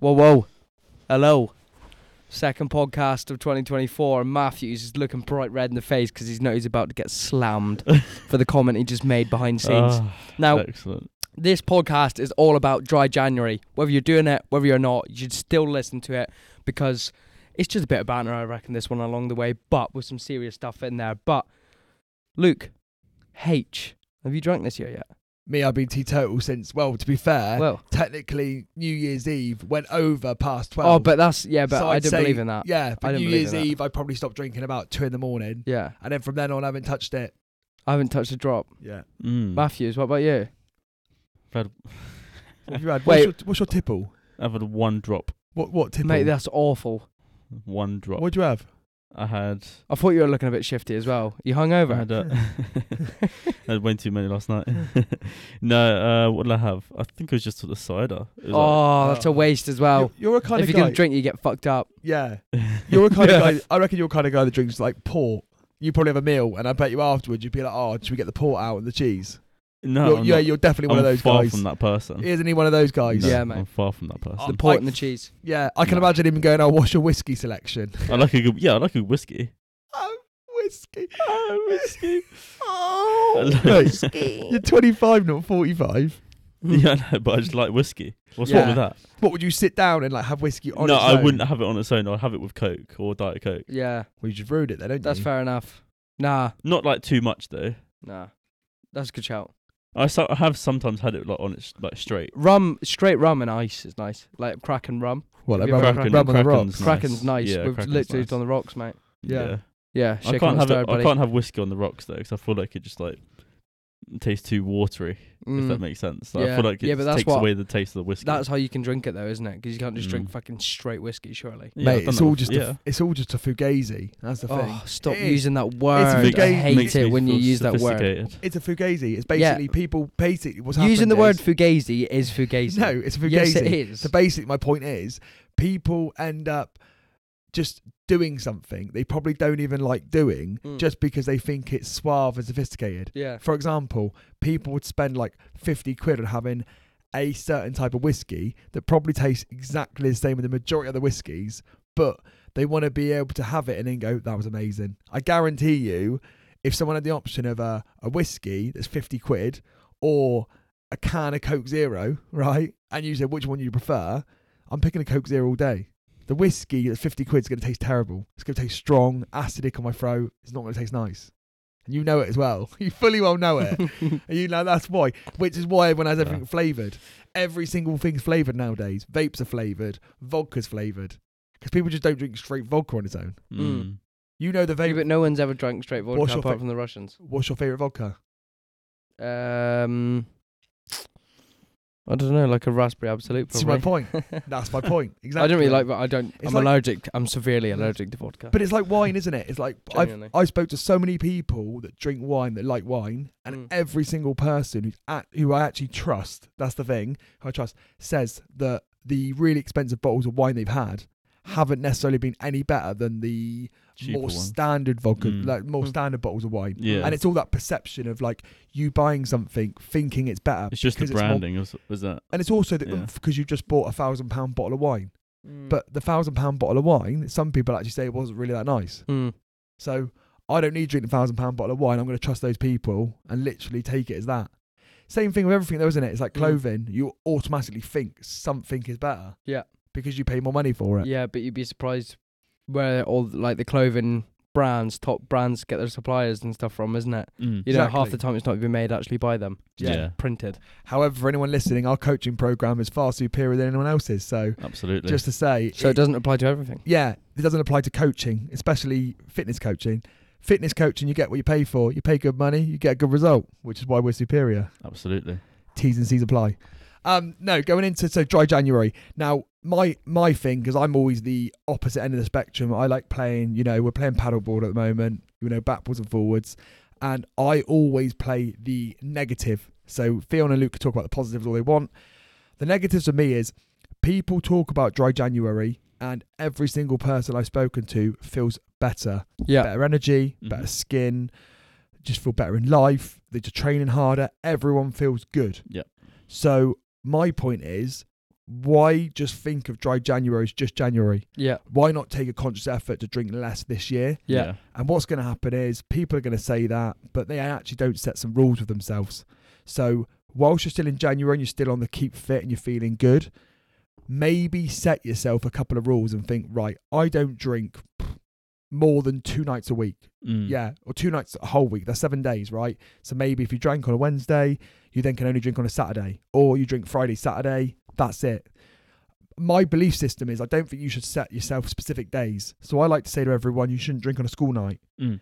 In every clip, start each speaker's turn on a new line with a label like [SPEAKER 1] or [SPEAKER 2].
[SPEAKER 1] Whoa, whoa. Hello. Second podcast of 2024. And Matthews is looking bright red in the face because he's know he's about to get slammed for the comment he just made behind scenes.
[SPEAKER 2] Ah,
[SPEAKER 1] now,
[SPEAKER 2] excellent.
[SPEAKER 1] this podcast is all about dry January. Whether you're doing it, whether you're not, you should still listen to it because it's just a bit of banter, I reckon, this one along the way, but with some serious stuff in there. But, Luke, H, have you drunk this year yet?
[SPEAKER 3] Me, I've been teetotal since. Well, to be fair,
[SPEAKER 1] well,
[SPEAKER 3] technically New Year's Eve went over past twelve.
[SPEAKER 1] oh, but that's, yeah, but
[SPEAKER 3] So
[SPEAKER 1] I
[SPEAKER 3] I'd
[SPEAKER 1] didn't
[SPEAKER 3] say-
[SPEAKER 1] believe in that.
[SPEAKER 3] yeah,
[SPEAKER 1] I
[SPEAKER 3] but
[SPEAKER 1] didn't
[SPEAKER 3] New
[SPEAKER 1] believe
[SPEAKER 3] Year's
[SPEAKER 1] in that.
[SPEAKER 3] Eve, I probably stopped drinking about two in the morning,
[SPEAKER 1] Yeah.
[SPEAKER 3] and then from then on, I haven't touched it.
[SPEAKER 1] I haven't touched a drop.
[SPEAKER 3] Yeah.
[SPEAKER 2] Mm.
[SPEAKER 1] Matthews, what about you?
[SPEAKER 3] What have you had?
[SPEAKER 1] Wait.
[SPEAKER 3] What's your, what's your tipple?
[SPEAKER 2] I've had one drop.
[SPEAKER 3] What what tipple?
[SPEAKER 1] Mate, that's awful.
[SPEAKER 2] One drop.
[SPEAKER 3] What'd you have?
[SPEAKER 2] I had.
[SPEAKER 1] I thought you were looking a bit shifty as well. You
[SPEAKER 2] I
[SPEAKER 1] hungover?
[SPEAKER 2] had, uh, I had way too many last night. no, uh, what did I have? I think it was just sort of cider. It was like-
[SPEAKER 1] Oh, that's a waste as well.
[SPEAKER 3] you're, you're a kind
[SPEAKER 1] if
[SPEAKER 3] of
[SPEAKER 1] you're
[SPEAKER 3] guy.
[SPEAKER 1] gonna drink, you get fucked up.
[SPEAKER 3] yeah, Oh, you're a kind
[SPEAKER 2] Yeah.
[SPEAKER 3] of guy. I reckon you're a kind of guy that drinks like port. You probably have a meal, and I bet you afterwards you'd be like, "Oh, should we get the port out and the cheese?"
[SPEAKER 2] No,
[SPEAKER 3] You're-
[SPEAKER 2] I'm
[SPEAKER 3] yeah,
[SPEAKER 2] not.
[SPEAKER 3] you're definitely one
[SPEAKER 2] I'm
[SPEAKER 3] of those
[SPEAKER 2] far
[SPEAKER 3] guys.
[SPEAKER 2] from that person.
[SPEAKER 3] Isn't he one of those guys?
[SPEAKER 2] No,
[SPEAKER 1] Yeah, mate.
[SPEAKER 2] I'm far from that person.
[SPEAKER 3] Oh,
[SPEAKER 1] The port
[SPEAKER 3] I-
[SPEAKER 1] and the cheese.
[SPEAKER 3] Yeah, I can
[SPEAKER 2] No.
[SPEAKER 3] imagine him going, "Oh, what's your whiskey selection?"
[SPEAKER 2] I like a good, yeah, I like a good whiskey.
[SPEAKER 3] oh, whiskey.
[SPEAKER 2] Oh, whiskey.
[SPEAKER 3] Oh,
[SPEAKER 2] I like-
[SPEAKER 3] mate, you're 25, not 45.
[SPEAKER 2] yeah, I know, but I just like whiskey. What's
[SPEAKER 1] Yeah.
[SPEAKER 2] wrong with that?
[SPEAKER 3] What would you sit down and like have whiskey on?
[SPEAKER 2] no,
[SPEAKER 3] its
[SPEAKER 2] I
[SPEAKER 3] own?
[SPEAKER 2] wouldn't have it on its own. I'd have it with Coke or Diet Coke.
[SPEAKER 1] Yeah,
[SPEAKER 3] Well, you just ruined it, then, don't
[SPEAKER 1] that's
[SPEAKER 3] you?
[SPEAKER 1] fair enough. Nah,
[SPEAKER 2] Not like too much though.
[SPEAKER 1] nah, that's a good shout.
[SPEAKER 2] I, so, I have sometimes had it like on its like straight.
[SPEAKER 1] Rum, straight rum and ice is nice. Like crack and rum.
[SPEAKER 3] Well, like,
[SPEAKER 1] Yeah,
[SPEAKER 3] rub,
[SPEAKER 1] Kraken-
[SPEAKER 3] rub, rub on the
[SPEAKER 2] Kraken's
[SPEAKER 3] rocks.
[SPEAKER 2] Nice.
[SPEAKER 1] Cracken's nice.
[SPEAKER 2] Yeah,
[SPEAKER 1] We've
[SPEAKER 2] Kraken's
[SPEAKER 1] literally
[SPEAKER 2] nice.
[SPEAKER 1] just on the rocks, mate.
[SPEAKER 3] Yeah.
[SPEAKER 1] Yeah,
[SPEAKER 2] I
[SPEAKER 1] shake on the
[SPEAKER 2] can't have
[SPEAKER 1] stir,
[SPEAKER 2] it, I
[SPEAKER 1] buddy.
[SPEAKER 2] can't have whiskey on the rocks though, because I feel like it just like tastes too watery. If
[SPEAKER 1] Mm.
[SPEAKER 2] that makes sense, Like,
[SPEAKER 1] Yeah.
[SPEAKER 2] I feel like it
[SPEAKER 1] Yeah, but that's
[SPEAKER 2] takes
[SPEAKER 1] what-
[SPEAKER 2] away the taste of the whiskey.
[SPEAKER 1] That's how you can drink it though, isn't it? Because you can't just drink
[SPEAKER 2] Mm.
[SPEAKER 1] fucking straight whiskey, surely.
[SPEAKER 2] Yeah, I've
[SPEAKER 3] Mate,
[SPEAKER 2] done
[SPEAKER 3] it's
[SPEAKER 2] that
[SPEAKER 3] all
[SPEAKER 2] with-
[SPEAKER 3] just
[SPEAKER 2] yeah.
[SPEAKER 3] a, it's all just a fugazi. That's the thing.
[SPEAKER 1] Oh, stop
[SPEAKER 3] It is.
[SPEAKER 1] using that word. I
[SPEAKER 3] fugazi.
[SPEAKER 1] hate
[SPEAKER 2] Makes
[SPEAKER 1] it
[SPEAKER 2] me
[SPEAKER 1] when you
[SPEAKER 2] feel
[SPEAKER 1] use that word.
[SPEAKER 2] sophisticated.
[SPEAKER 3] It's a fugazi. It's
[SPEAKER 1] Yeah.
[SPEAKER 3] basically people basically what's happening.
[SPEAKER 1] Using the word fugazi is fugazi.
[SPEAKER 3] No, it's a fugazi.
[SPEAKER 1] yes, it is.
[SPEAKER 3] So basically, my point is, people end up just doing something they probably don't even like doing
[SPEAKER 1] Mm.
[SPEAKER 3] just because they think it's suave and sophisticated.
[SPEAKER 1] yeah,
[SPEAKER 3] For example, people would spend like 50 quid on having a certain type of whiskey that probably tastes exactly the same as the majority of the whiskies, but they want to be able to have it and then go, that was amazing. I guarantee you, if someone had the option of a, a whiskey that's 50 quid or a can of Coke Zero, right? And you said, which one do you prefer? I'm picking a Coke Zero all day. The whiskey that's 50 quid is going to taste terrible. It's going to taste strong, acidic on my throat. It's not going to taste nice. And you know it as well. You fully well know it. And you know that's why, which is why everyone has everything
[SPEAKER 2] Yeah.
[SPEAKER 3] flavored. Every single thing's flavored nowadays. Vapes are flavored. Vodka's flavored. Because people just don't drink straight vodka on its own.
[SPEAKER 1] Mm.
[SPEAKER 2] Mm.
[SPEAKER 3] You know the
[SPEAKER 1] Yeah,
[SPEAKER 3] vape.
[SPEAKER 1] but no one's ever drank straight vodka
[SPEAKER 3] What's your
[SPEAKER 1] apart
[SPEAKER 3] fa-
[SPEAKER 1] from the Russians.
[SPEAKER 3] What's your favorite vodka?
[SPEAKER 1] Um, I don't know, like a raspberry absolute.
[SPEAKER 3] See my
[SPEAKER 1] Probably.
[SPEAKER 3] point. That's my point. Exactly.
[SPEAKER 1] I don't really like. I don't.
[SPEAKER 3] It's
[SPEAKER 1] I'm
[SPEAKER 3] like- Mm.
[SPEAKER 1] allergic. I'm severely allergic to vodka.
[SPEAKER 3] But it's like wine, isn't it? It's like I've,
[SPEAKER 1] Genuinely.
[SPEAKER 3] I spoke to so many people that drink wine that like wine, and
[SPEAKER 1] Mm.
[SPEAKER 3] every single person who's at, who I actually trust, that's the thing, who I trust, says that the really expensive bottles of wine they've had haven't necessarily been any better than the
[SPEAKER 2] Cheaper
[SPEAKER 3] more
[SPEAKER 2] one.
[SPEAKER 3] standard vodka,
[SPEAKER 2] Mm.
[SPEAKER 3] like more
[SPEAKER 1] Mm.
[SPEAKER 3] standard bottles of wine.
[SPEAKER 2] Yeah.
[SPEAKER 3] And it's all that perception of like you buying something, thinking it's better,
[SPEAKER 2] It's just the
[SPEAKER 3] because it's more-
[SPEAKER 2] branding, is, is that?
[SPEAKER 3] and it's also that
[SPEAKER 2] Yeah.
[SPEAKER 3] because you've just bought a thousand pound bottle of wine.
[SPEAKER 1] Mm.
[SPEAKER 3] But the thousand pound bottle of wine, some people actually say it wasn't really that nice.
[SPEAKER 1] Mm.
[SPEAKER 3] So I don't need to drink the thousand pound bottle of wine. I'm going to trust those people and literally take it as that. Same thing with everything, though, isn't it? It's like
[SPEAKER 1] Mm.
[SPEAKER 3] clothing. You automatically think something is better.
[SPEAKER 1] Yeah.
[SPEAKER 3] Because you pay more money for it.
[SPEAKER 1] yeah, but you'd be surprised where all the- like the clothing brands, top brands, get their suppliers and stuff from, isn't it?
[SPEAKER 2] Mm.
[SPEAKER 1] You know, half
[SPEAKER 3] Exactly.
[SPEAKER 1] the time it's not even made actually by them. It's just
[SPEAKER 2] Yeah.
[SPEAKER 1] printed.
[SPEAKER 3] However, for anyone listening, our coaching program is far superior than anyone else's. So
[SPEAKER 2] Absolutely.
[SPEAKER 3] just to say,
[SPEAKER 1] So it doesn't apply to everything.
[SPEAKER 3] yeah, it doesn't apply to coaching, especially fitness coaching. Fitness coaching, you get what you pay for. You pay good money, you get a good result, which is why we're superior.
[SPEAKER 2] Absolutely.
[SPEAKER 3] T's and C's apply. Um, no, going into so dry January. Now, my my thing because I'm always the opposite end of the spectrum. I like playing. You know, we're playing paddleboard at the moment. You know, backwards and forwards, and I always play the negative. So Fiona and Luke can talk about the positives all they want. The negatives for me is people talk about dry January, and every single person I've spoken to feels better
[SPEAKER 1] Yeah.
[SPEAKER 3] better energy,
[SPEAKER 2] Mhm.
[SPEAKER 3] better skin, just feel better in life. They're just training harder. Everyone feels good.
[SPEAKER 2] Yep.
[SPEAKER 3] So my point is, why just think of dry January as just January?
[SPEAKER 1] Yeah.
[SPEAKER 3] Why not take a conscious effort to drink less this year?
[SPEAKER 1] Yeah.
[SPEAKER 3] And what's going to happen is people are going to say that, but they actually don't set some rules with themselves. So, whilst you're still in January and you're still on the keep fit and you're feeling good, maybe set yourself a couple of rules and think, right, I don't drink pff, more than two nights a week.
[SPEAKER 2] Mm.
[SPEAKER 3] Yeah, or two nights a whole week. That's seven days, right? So maybe if you drank on a Wednesday, you then can only drink on a Saturday, or you drink Friday, Saturday. That's it. My belief system is I don't think you should set yourself specific days. So I like to say to everyone, you shouldn't drink on a school night,
[SPEAKER 2] Mm.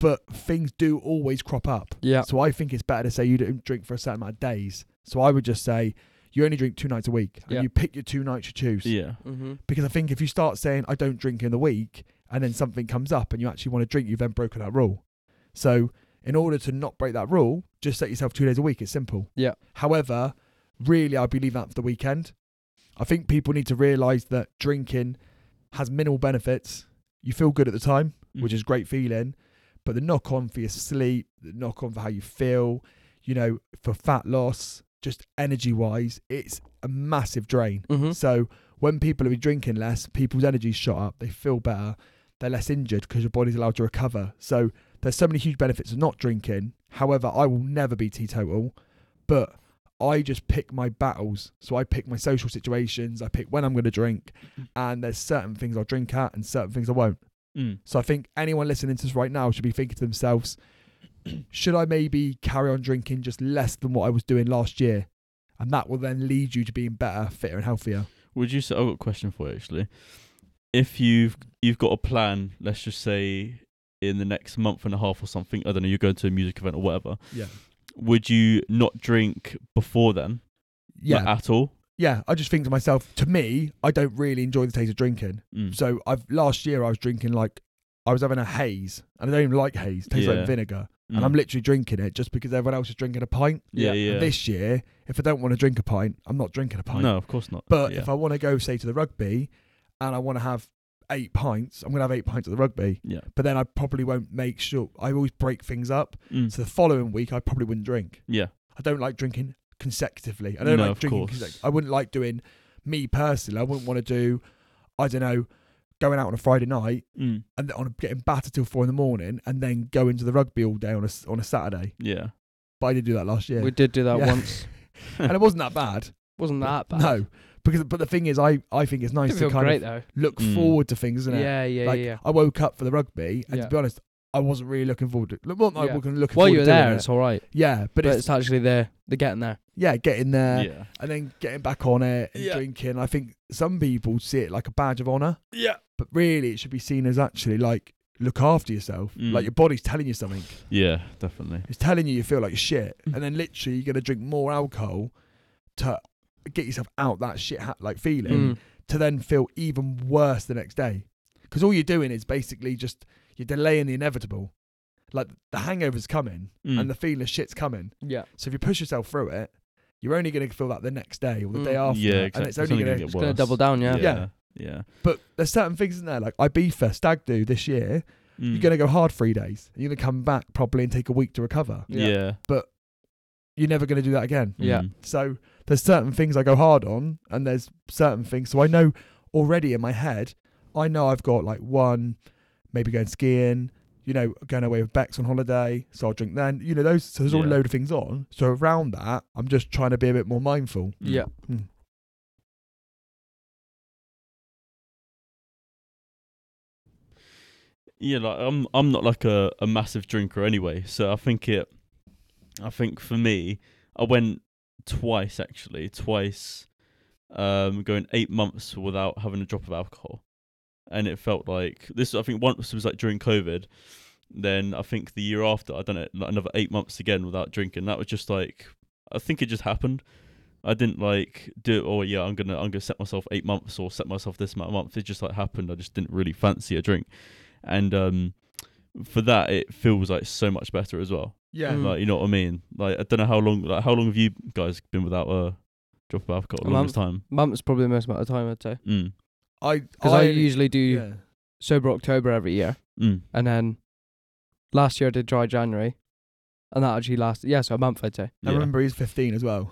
[SPEAKER 3] but things do always crop up.
[SPEAKER 1] Yeah.
[SPEAKER 3] So I think it's better to say you don't drink for a certain amount of days. So I would just say you only drink two nights a week, and
[SPEAKER 1] Yeah.
[SPEAKER 3] you pick your two nights you choose.
[SPEAKER 2] Yeah.
[SPEAKER 1] Mm-hmm.
[SPEAKER 3] Because I think if you start saying I don't drink in the week, and then something comes up and you actually want to drink, you've then broken that rule. So in order to not break that rule, just set yourself two days a week. It's simple.
[SPEAKER 1] Yeah.
[SPEAKER 3] However, really, I'd be leaving that for the weekend. I think people need to realise that drinking has minimal benefits. You feel good at the time
[SPEAKER 2] Mm.
[SPEAKER 3] which is great feeling. But the knock on for your sleep, the knock on for how you feel, you know, for fat loss, just energy wise, it's a massive drain.
[SPEAKER 1] Mm-hmm.
[SPEAKER 3] So when people are drinking less, people's energy's shot up, they feel better, they're less injured because your body's allowed to recover. So there's so many huge benefits of not drinking. However, I will never be teetotal, but I just pick my battles. So I pick my social situations, I pick when I'm going to drink, and there's certain things I'll drink at and certain things I won't.
[SPEAKER 2] Mm.
[SPEAKER 3] So I think anyone listening to this right now should be thinking to themselves, should I maybe carry on drinking just less than what I was doing last year? And that will then lead you to being better, fitter, and healthier.
[SPEAKER 2] Would you say? I've got a question for you actually. If you've you've got a plan, let's just say in the next month and a half or something, I don't know, you're going to a music event or whatever.
[SPEAKER 3] Yeah.
[SPEAKER 2] Would you not drink before then?
[SPEAKER 3] Yeah.
[SPEAKER 2] Like, uh, at all.
[SPEAKER 3] yeah. I just think to myself, to me, I don't really enjoy the taste of drinking.
[SPEAKER 2] Mm.
[SPEAKER 3] So I've last year I was drinking like I was having a haze. And I don't even like haze. It tastes
[SPEAKER 2] Yeah.
[SPEAKER 3] like vinegar.
[SPEAKER 2] Mm.
[SPEAKER 3] And I'm literally drinking it just because everyone else is drinking a pint.
[SPEAKER 1] Yeah.
[SPEAKER 2] yeah, yeah.
[SPEAKER 3] And this year, if I don't want to drink a pint, I'm not drinking a pint.
[SPEAKER 2] no, of course not.
[SPEAKER 3] But
[SPEAKER 2] yeah.
[SPEAKER 3] if I want to go, say, to the rugby and I want to have eight pints, I'm going to have eight pints at the rugby.
[SPEAKER 2] Yeah.
[SPEAKER 3] But then I probably won't make sure. I always break things up.
[SPEAKER 2] Mm.
[SPEAKER 3] So the following week, I probably wouldn't drink.
[SPEAKER 2] yeah.
[SPEAKER 3] I don't like drinking consecutively. I don't
[SPEAKER 2] No,
[SPEAKER 3] like
[SPEAKER 2] of
[SPEAKER 3] drinking.
[SPEAKER 2] course.
[SPEAKER 3] consecutively. I wouldn't like doing, me personally, I wouldn't want to do, I don't know, going out on a Friday night
[SPEAKER 2] Mm.
[SPEAKER 3] and on getting battered till four in the morning and then going to the rugby all day on a, s- on a Saturday.
[SPEAKER 2] Yeah.
[SPEAKER 3] But I did do that last year.
[SPEAKER 1] We did do that
[SPEAKER 3] Yeah.
[SPEAKER 1] once.
[SPEAKER 3] and it wasn't that bad.
[SPEAKER 1] Wasn't that bad?
[SPEAKER 3] No. Because, but the thing is, I, I think it's
[SPEAKER 1] Did
[SPEAKER 3] nice to
[SPEAKER 1] feel
[SPEAKER 3] kind
[SPEAKER 1] great
[SPEAKER 3] of
[SPEAKER 1] though.
[SPEAKER 3] look
[SPEAKER 2] Mm.
[SPEAKER 3] forward to things, isn't it?
[SPEAKER 1] Yeah, yeah,
[SPEAKER 3] like
[SPEAKER 1] yeah, yeah.
[SPEAKER 3] I woke up for the rugby, and
[SPEAKER 1] Yeah.
[SPEAKER 3] to be honest, I wasn't really looking forward to. Well, not
[SPEAKER 1] Yeah.
[SPEAKER 3] looking looking
[SPEAKER 1] While
[SPEAKER 3] forward
[SPEAKER 1] you're
[SPEAKER 3] to doing
[SPEAKER 1] there,
[SPEAKER 3] it.
[SPEAKER 1] it's all right.
[SPEAKER 3] Yeah, but,
[SPEAKER 1] But
[SPEAKER 3] it's,
[SPEAKER 1] it's actually there. They're getting there.
[SPEAKER 3] yeah, getting there
[SPEAKER 2] yeah.
[SPEAKER 3] and then getting back on it and
[SPEAKER 2] Yeah.
[SPEAKER 3] drinking. I think some people see it like a badge of honor,
[SPEAKER 2] Yeah.
[SPEAKER 3] but really it should be seen as actually like look after yourself.
[SPEAKER 2] Mm.
[SPEAKER 3] Like your body's telling you something.
[SPEAKER 2] Yeah. Definitely.
[SPEAKER 3] It's telling you you feel like shit,
[SPEAKER 2] Mm.
[SPEAKER 3] and then literally you're gonna drink more alcohol to get yourself out that shit ha- like feeling.
[SPEAKER 1] Mm.
[SPEAKER 3] to then feel even worse the next day. Because all you're doing is basically just you're delaying the inevitable. Like the hangover's coming
[SPEAKER 2] Mm.
[SPEAKER 3] and the feeling of shit's coming.
[SPEAKER 1] Yeah.
[SPEAKER 3] So if you push yourself through it, you're only going to feel that the next day or the
[SPEAKER 1] Mm.
[SPEAKER 3] day after.
[SPEAKER 2] yeah. Exactly.
[SPEAKER 3] And it's only going to.
[SPEAKER 2] get
[SPEAKER 1] It's gonna
[SPEAKER 2] worse.
[SPEAKER 1] double down. Yeah.
[SPEAKER 2] Yeah. Yeah.
[SPEAKER 3] But there's certain things in there, like Ibiza, Stag Do this year,
[SPEAKER 2] Mm.
[SPEAKER 3] you're going to go hard three days. and You're going to come back probably and take a week to recover.
[SPEAKER 1] Yeah.
[SPEAKER 2] Yeah.
[SPEAKER 3] You're never going to do that again.
[SPEAKER 1] Yeah.
[SPEAKER 2] Mm.
[SPEAKER 3] So there's certain things I go hard on, and there's certain things. So I know already in my head, I know I've got like one, maybe going skiing, you know, going away with Bex on holiday. So I'll drink then, you know, those. So there's all a
[SPEAKER 2] Yeah.
[SPEAKER 3] load of things on. So around that, I'm just trying to be a bit more mindful.
[SPEAKER 2] Mm.
[SPEAKER 1] Yeah.
[SPEAKER 2] Yeah, like I'm I'm not like a, a massive drinker anyway, so I think it I think for me, I went twice actually, twice um going eight months without having a drop of alcohol. And it felt like this I think once was like during COVID, then I think the year after I done it like another eight months again without drinking. That was just like I think it just happened. I didn't like do it or yeah, I'm gonna I'm gonna set myself eight months or set myself this amount of months. It just like happened. I just didn't really fancy a drink. And um for that it feels like so much better as well.
[SPEAKER 3] Yeah.
[SPEAKER 1] Mm.
[SPEAKER 2] Like you know what I mean? Like I don't know how long like how long have you guys been without a drop of
[SPEAKER 1] A
[SPEAKER 2] alcohol? Longest time.
[SPEAKER 1] Month's probably the most amount of time I'd say.
[SPEAKER 2] Mm.
[SPEAKER 3] Oh, I
[SPEAKER 1] Because I, usually do
[SPEAKER 3] yeah.
[SPEAKER 1] sober October every year.
[SPEAKER 2] Mm.
[SPEAKER 1] and then last year I did dry January, and that actually lasted yeah, so a month I'd say.
[SPEAKER 3] I remember he's 15 as well.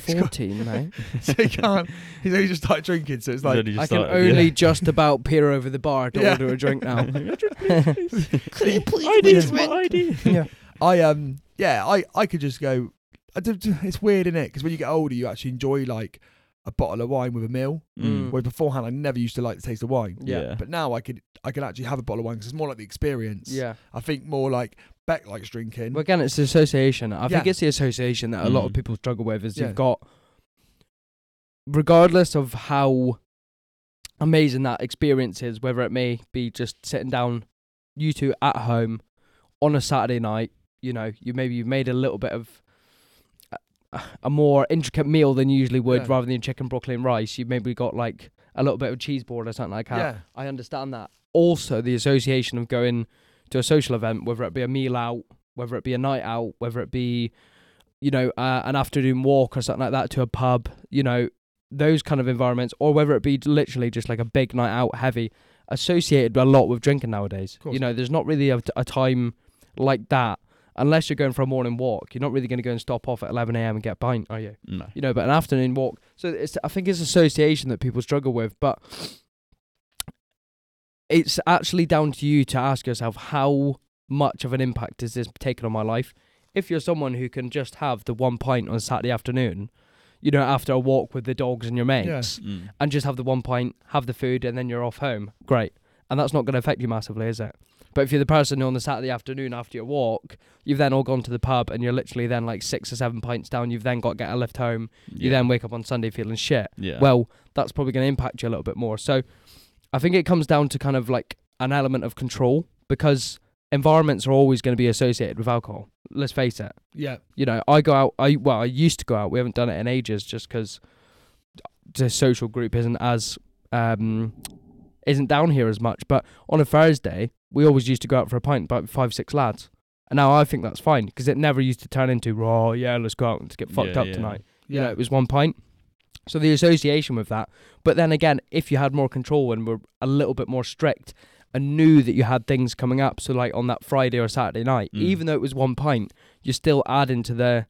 [SPEAKER 1] Fourteen, mate.
[SPEAKER 3] so he can't. He's only just started drinking, so it's
[SPEAKER 2] He's
[SPEAKER 3] like
[SPEAKER 2] only just
[SPEAKER 1] I can
[SPEAKER 2] started, yeah.
[SPEAKER 1] only just about peer over the bar to
[SPEAKER 3] Yeah.
[SPEAKER 1] order a drink now.
[SPEAKER 3] Can you please
[SPEAKER 2] ID is
[SPEAKER 3] please
[SPEAKER 2] my ID.
[SPEAKER 1] yeah.
[SPEAKER 3] I um yeah I I could just go. I d- d- It's weird, isn't it? Because when you get older, you actually enjoy like a bottle of wine with a meal.
[SPEAKER 1] Mm.
[SPEAKER 2] Mm.
[SPEAKER 3] Whereas beforehand, I never used to like the taste of wine.
[SPEAKER 2] Yeah.
[SPEAKER 3] But now I could I can actually have a bottle of wine because it's more like the experience.
[SPEAKER 1] Yeah.
[SPEAKER 3] I think more like Beck likes drinking.
[SPEAKER 1] Well, again, it's the association. I think
[SPEAKER 3] Yeah.
[SPEAKER 1] it's the association that a lot of
[SPEAKER 2] Mm.
[SPEAKER 1] people struggle with. Is
[SPEAKER 3] Yeah.
[SPEAKER 1] you've got, regardless of how amazing that experience is, whether it may be just sitting down, you two at home on a Saturday night. You know, you maybe you've made a little bit of a, a more intricate meal than you usually would,
[SPEAKER 3] Yeah.
[SPEAKER 1] rather than chicken, broccoli, and rice. You've maybe got like a little bit of cheese board or something like that.
[SPEAKER 3] yeah.
[SPEAKER 1] I understand that. Also, the association of going to a social event, whether it be a meal out, whether it be a night out, whether it be, you know, uh, an afternoon walk or something like that to a pub, you know, those kind of environments, or whether it be literally just like a big night out, heavy, associated a lot with drinking nowadays.
[SPEAKER 3] course.
[SPEAKER 1] You know, there's not really a, a time like that unless you're going for a morning walk. You're not really going to go and stop off at 11 a.m. and get a pint, are you?
[SPEAKER 2] No.
[SPEAKER 1] you know, but an afternoon walk. So it's I think it's association that people struggle with, but it's actually down to you to ask yourself how much of an impact is this taking on my life. If you're someone who can just have the one pint on Saturday afternoon, you know, after a walk with the dogs and your mates,
[SPEAKER 2] Mm.
[SPEAKER 1] and just have the one pint, have the food, and then you're off home, great. And that's not going to affect you massively, is it? But if you're the person who on the Saturday afternoon after your walk, you've then all gone to the pub and you're literally then like six or seven pints down, you've then got to get a lift home, you
[SPEAKER 2] Yeah.
[SPEAKER 1] then wake up on Sunday feeling shit.
[SPEAKER 2] yeah.
[SPEAKER 1] Well, that's probably going to impact you a little bit more. So I think it comes down to kind of like an element of control because environments are always going to be associated with alcohol. Let's face it.
[SPEAKER 3] Yeah.
[SPEAKER 1] You know, I go out, I well, I used to go out. We haven't done it in ages just because the social group isn't as, um, isn't down here as much. But on a Thursday, we always used to go out for a pint, about five, six lads. And now I think that's fine because it never used to turn into, oh, yeah, let's go out and get fucked
[SPEAKER 2] Yeah,
[SPEAKER 1] up
[SPEAKER 2] yeah.
[SPEAKER 1] tonight. You know,
[SPEAKER 3] Yeah.
[SPEAKER 1] it was one pint. So the association with that. But then again, if you had more control and were a little bit more strict and knew that you had things coming up, so like on that Friday or Saturday night,
[SPEAKER 2] Mm.
[SPEAKER 1] even though it was one pint, you're still adding to the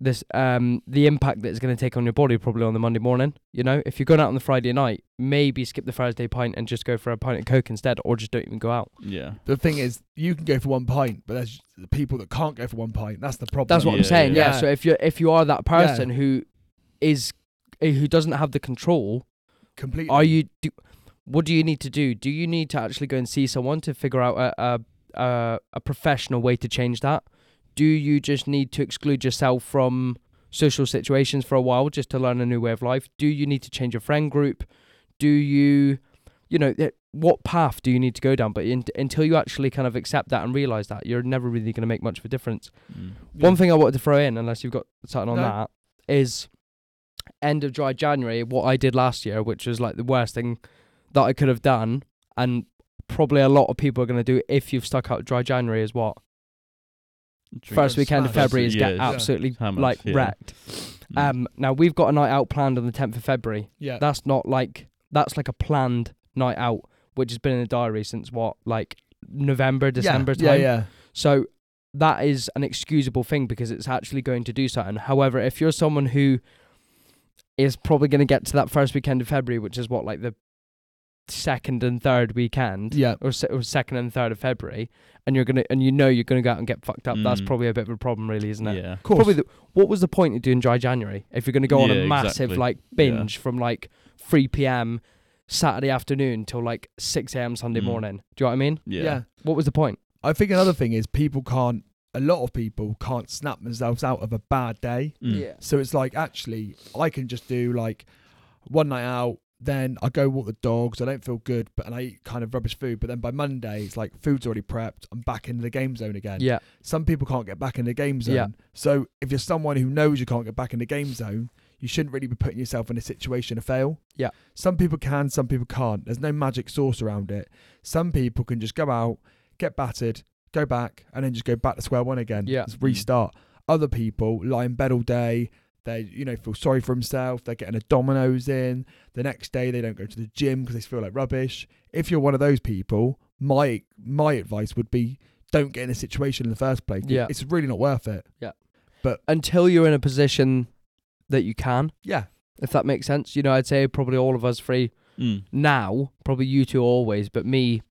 [SPEAKER 1] this um the impact that it's going to take on your body probably on the Monday morning. You know, if you're going out on the Friday night, maybe skip the Thursday pint and just go for a pint of Coke instead, or just don't even go out.
[SPEAKER 2] Yeah.
[SPEAKER 3] The thing is, you can go for one pint, but there's the people that can't go for one pint. That's the problem.
[SPEAKER 1] That's what I'm
[SPEAKER 2] Yeah,
[SPEAKER 1] saying. Yeah.
[SPEAKER 3] yeah.
[SPEAKER 1] So if you are if you are that
[SPEAKER 3] Yeah.
[SPEAKER 1] person who is eh, who doesn't have the control
[SPEAKER 3] Completely.
[SPEAKER 1] are you do what do you need to do do you need to actually go and see someone to figure out a a, a, a professional way to change that do you just need to exclude yourself from social situations for a while just to learn a new way of life do you need to change your friend group do you you know that- what path do you need to go down but in, until you actually kind of accept that and realize that you're never really going to make much of a difference
[SPEAKER 2] Mm.
[SPEAKER 1] one thing I wanted to throw in, unless you've got something on
[SPEAKER 3] No.
[SPEAKER 1] that, is end of dry January, what I did last year, which was like the worst thing that I could have done, and probably a lot of people are going to do if you've stuck out dry January, is what?
[SPEAKER 2] Drink
[SPEAKER 1] First
[SPEAKER 3] a
[SPEAKER 1] weekend of
[SPEAKER 3] smash.
[SPEAKER 1] February is get
[SPEAKER 2] Yeah, it's-
[SPEAKER 1] absolutely
[SPEAKER 2] How much,
[SPEAKER 1] like
[SPEAKER 2] yeah.
[SPEAKER 1] wrecked.
[SPEAKER 2] Mm.
[SPEAKER 1] Um, now, we've got a night out planned on the 10th of February.
[SPEAKER 3] Yeah.
[SPEAKER 1] That's not like, that's like a planned night out, which has been in the diary since what, like November, December
[SPEAKER 3] yeah,
[SPEAKER 1] time?
[SPEAKER 3] Yeah. Yeah.
[SPEAKER 1] So that is an excusable thing because it's actually going to do something. However, if you're someone who is probably going to get to that first weekend of February, which is what like the second and third
[SPEAKER 2] Mm.
[SPEAKER 1] weekend,
[SPEAKER 3] Yeah.
[SPEAKER 1] or, se- or second and third of February, and you're gonna and you know you're gonna go out and get fucked up. That's
[SPEAKER 2] Mm.
[SPEAKER 1] probably a bit of a problem, really, isn't it?
[SPEAKER 2] Yeah.
[SPEAKER 3] Of course.
[SPEAKER 1] Probably. The, what was the point of doing dry January if you're gonna go on
[SPEAKER 2] Yeah,
[SPEAKER 1] a massive
[SPEAKER 2] exactly.
[SPEAKER 1] like binge from like 3 p.m. Saturday afternoon till like 6 a.m. Sunday
[SPEAKER 2] Mm.
[SPEAKER 1] morning? Do you know what I mean?
[SPEAKER 2] Yeah.
[SPEAKER 3] yeah.
[SPEAKER 1] What was the point?
[SPEAKER 3] I think another thing is people can't. A lot of people can't snap themselves out of a bad day.
[SPEAKER 2] Mm.
[SPEAKER 3] So it's like actually, I can just do like one night out. Then I go walk the dogs. I don't feel good, but and I eat kind of rubbish food. But then by Monday, it's like food's already prepped. I'm back into the game zone again.
[SPEAKER 1] Yeah.
[SPEAKER 3] Some people can't get back in the game zone.
[SPEAKER 1] Yeah.
[SPEAKER 3] So if you're someone who knows you can't get back in the game zone, you shouldn't really be putting yourself in a situation to fail.
[SPEAKER 1] Yeah.
[SPEAKER 3] Some people can, some people can't. There's no magic sauce around it. Some people can just go out, get battered, go back, and then just go back to square one again.
[SPEAKER 1] Yeah.
[SPEAKER 3] Just restart. Other people lie in bed all day. They, you know, feel sorry for himself. They're getting a Domino's in. The next day, they don't go to the gym because they feel like rubbish. If you're one of those people, my my advice would be don't get in a situation in the first place.
[SPEAKER 1] Yeah.
[SPEAKER 3] It's really not worth it.
[SPEAKER 1] Yeah.
[SPEAKER 3] But-
[SPEAKER 1] until you're in a position that you can,
[SPEAKER 3] Yeah.
[SPEAKER 1] if that makes sense, you know, I'd say probably all of us three
[SPEAKER 2] Mm.
[SPEAKER 1] now, probably you two always, but me,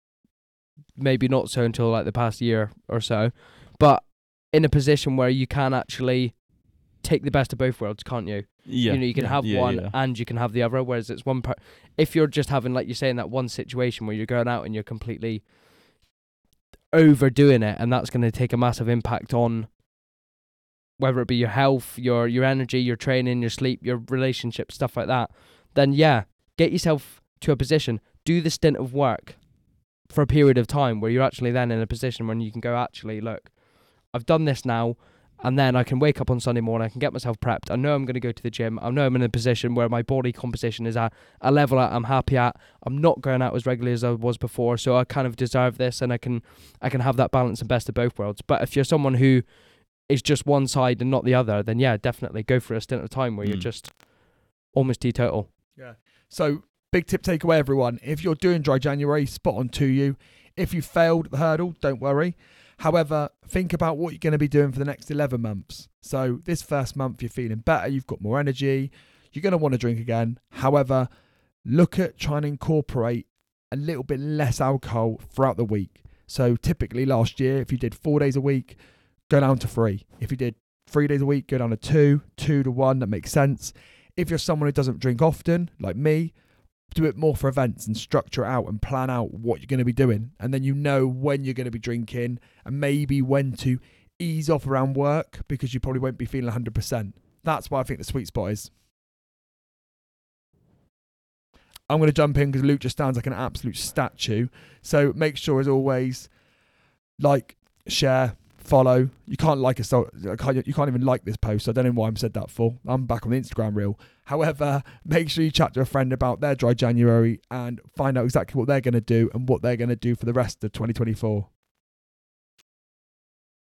[SPEAKER 1] maybe not so until like the past year or so. But in a position where you can actually take the best of both worlds, can't you?
[SPEAKER 2] Yeah.
[SPEAKER 1] You know, you can
[SPEAKER 3] yeah,
[SPEAKER 1] have
[SPEAKER 2] yeah,
[SPEAKER 1] one
[SPEAKER 2] yeah.
[SPEAKER 1] and you can have the other. Whereas it's one part. If you're just having, like you say, in that one situation where you're going out and you're completely overdoing it, and that's going to take a massive impact on whether it be your health, your your energy, your training, your sleep, your relationship, stuff like that. Then yeah, get yourself to a position. Do the stint of work for a period of time where you're actually then in a position when you can go actually look I've done this now, and then I can wake up on Sunday morning, I can get myself prepped. I know I'm going to go to the gym. I know I'm in a position where my body composition is at a level that I'm happy at. I'm not going out as regularly as I was before, so I kind of deserve this, and I can I can have that balance and best of both worlds. But if you're someone who is just one side and not the other, then yeah, definitely go for a stint of time where you're
[SPEAKER 2] Mm.
[SPEAKER 1] just almost teetotal.
[SPEAKER 3] So, big tip takeaway, everyone. If you're doing dry January, spot on to you. If you failed the hurdle, don't worry. However, think about what you're going to be doing for the next 11 months. So, this first month, you're feeling better, you've got more energy, you're going to want to drink again. However, look at trying to incorporate a little bit less alcohol throughout the week. So, typically last year, if you did four days a week, go down to three. If you did three days a week, go down to two, two to one. That makes sense. If you're someone who doesn't drink often, like me, do it more for events and structure it out and plan out what you're going to be doing. And then you know when you're going to be drinking and maybe when to ease off around work because you probably won't be feeling 100%. That's why I think the sweet spot is. I'm going to jump in because Luke just stands like an absolute statue. So make sure, as always, like, share, follow. You can't like us. so- I can't- You can't even like this post. I don't know why I'm said that for. I'm back on the Instagram reel. However, make sure you chat to a friend about their dry January and find out exactly what they're going to do and what they're going to do for the rest of 2024.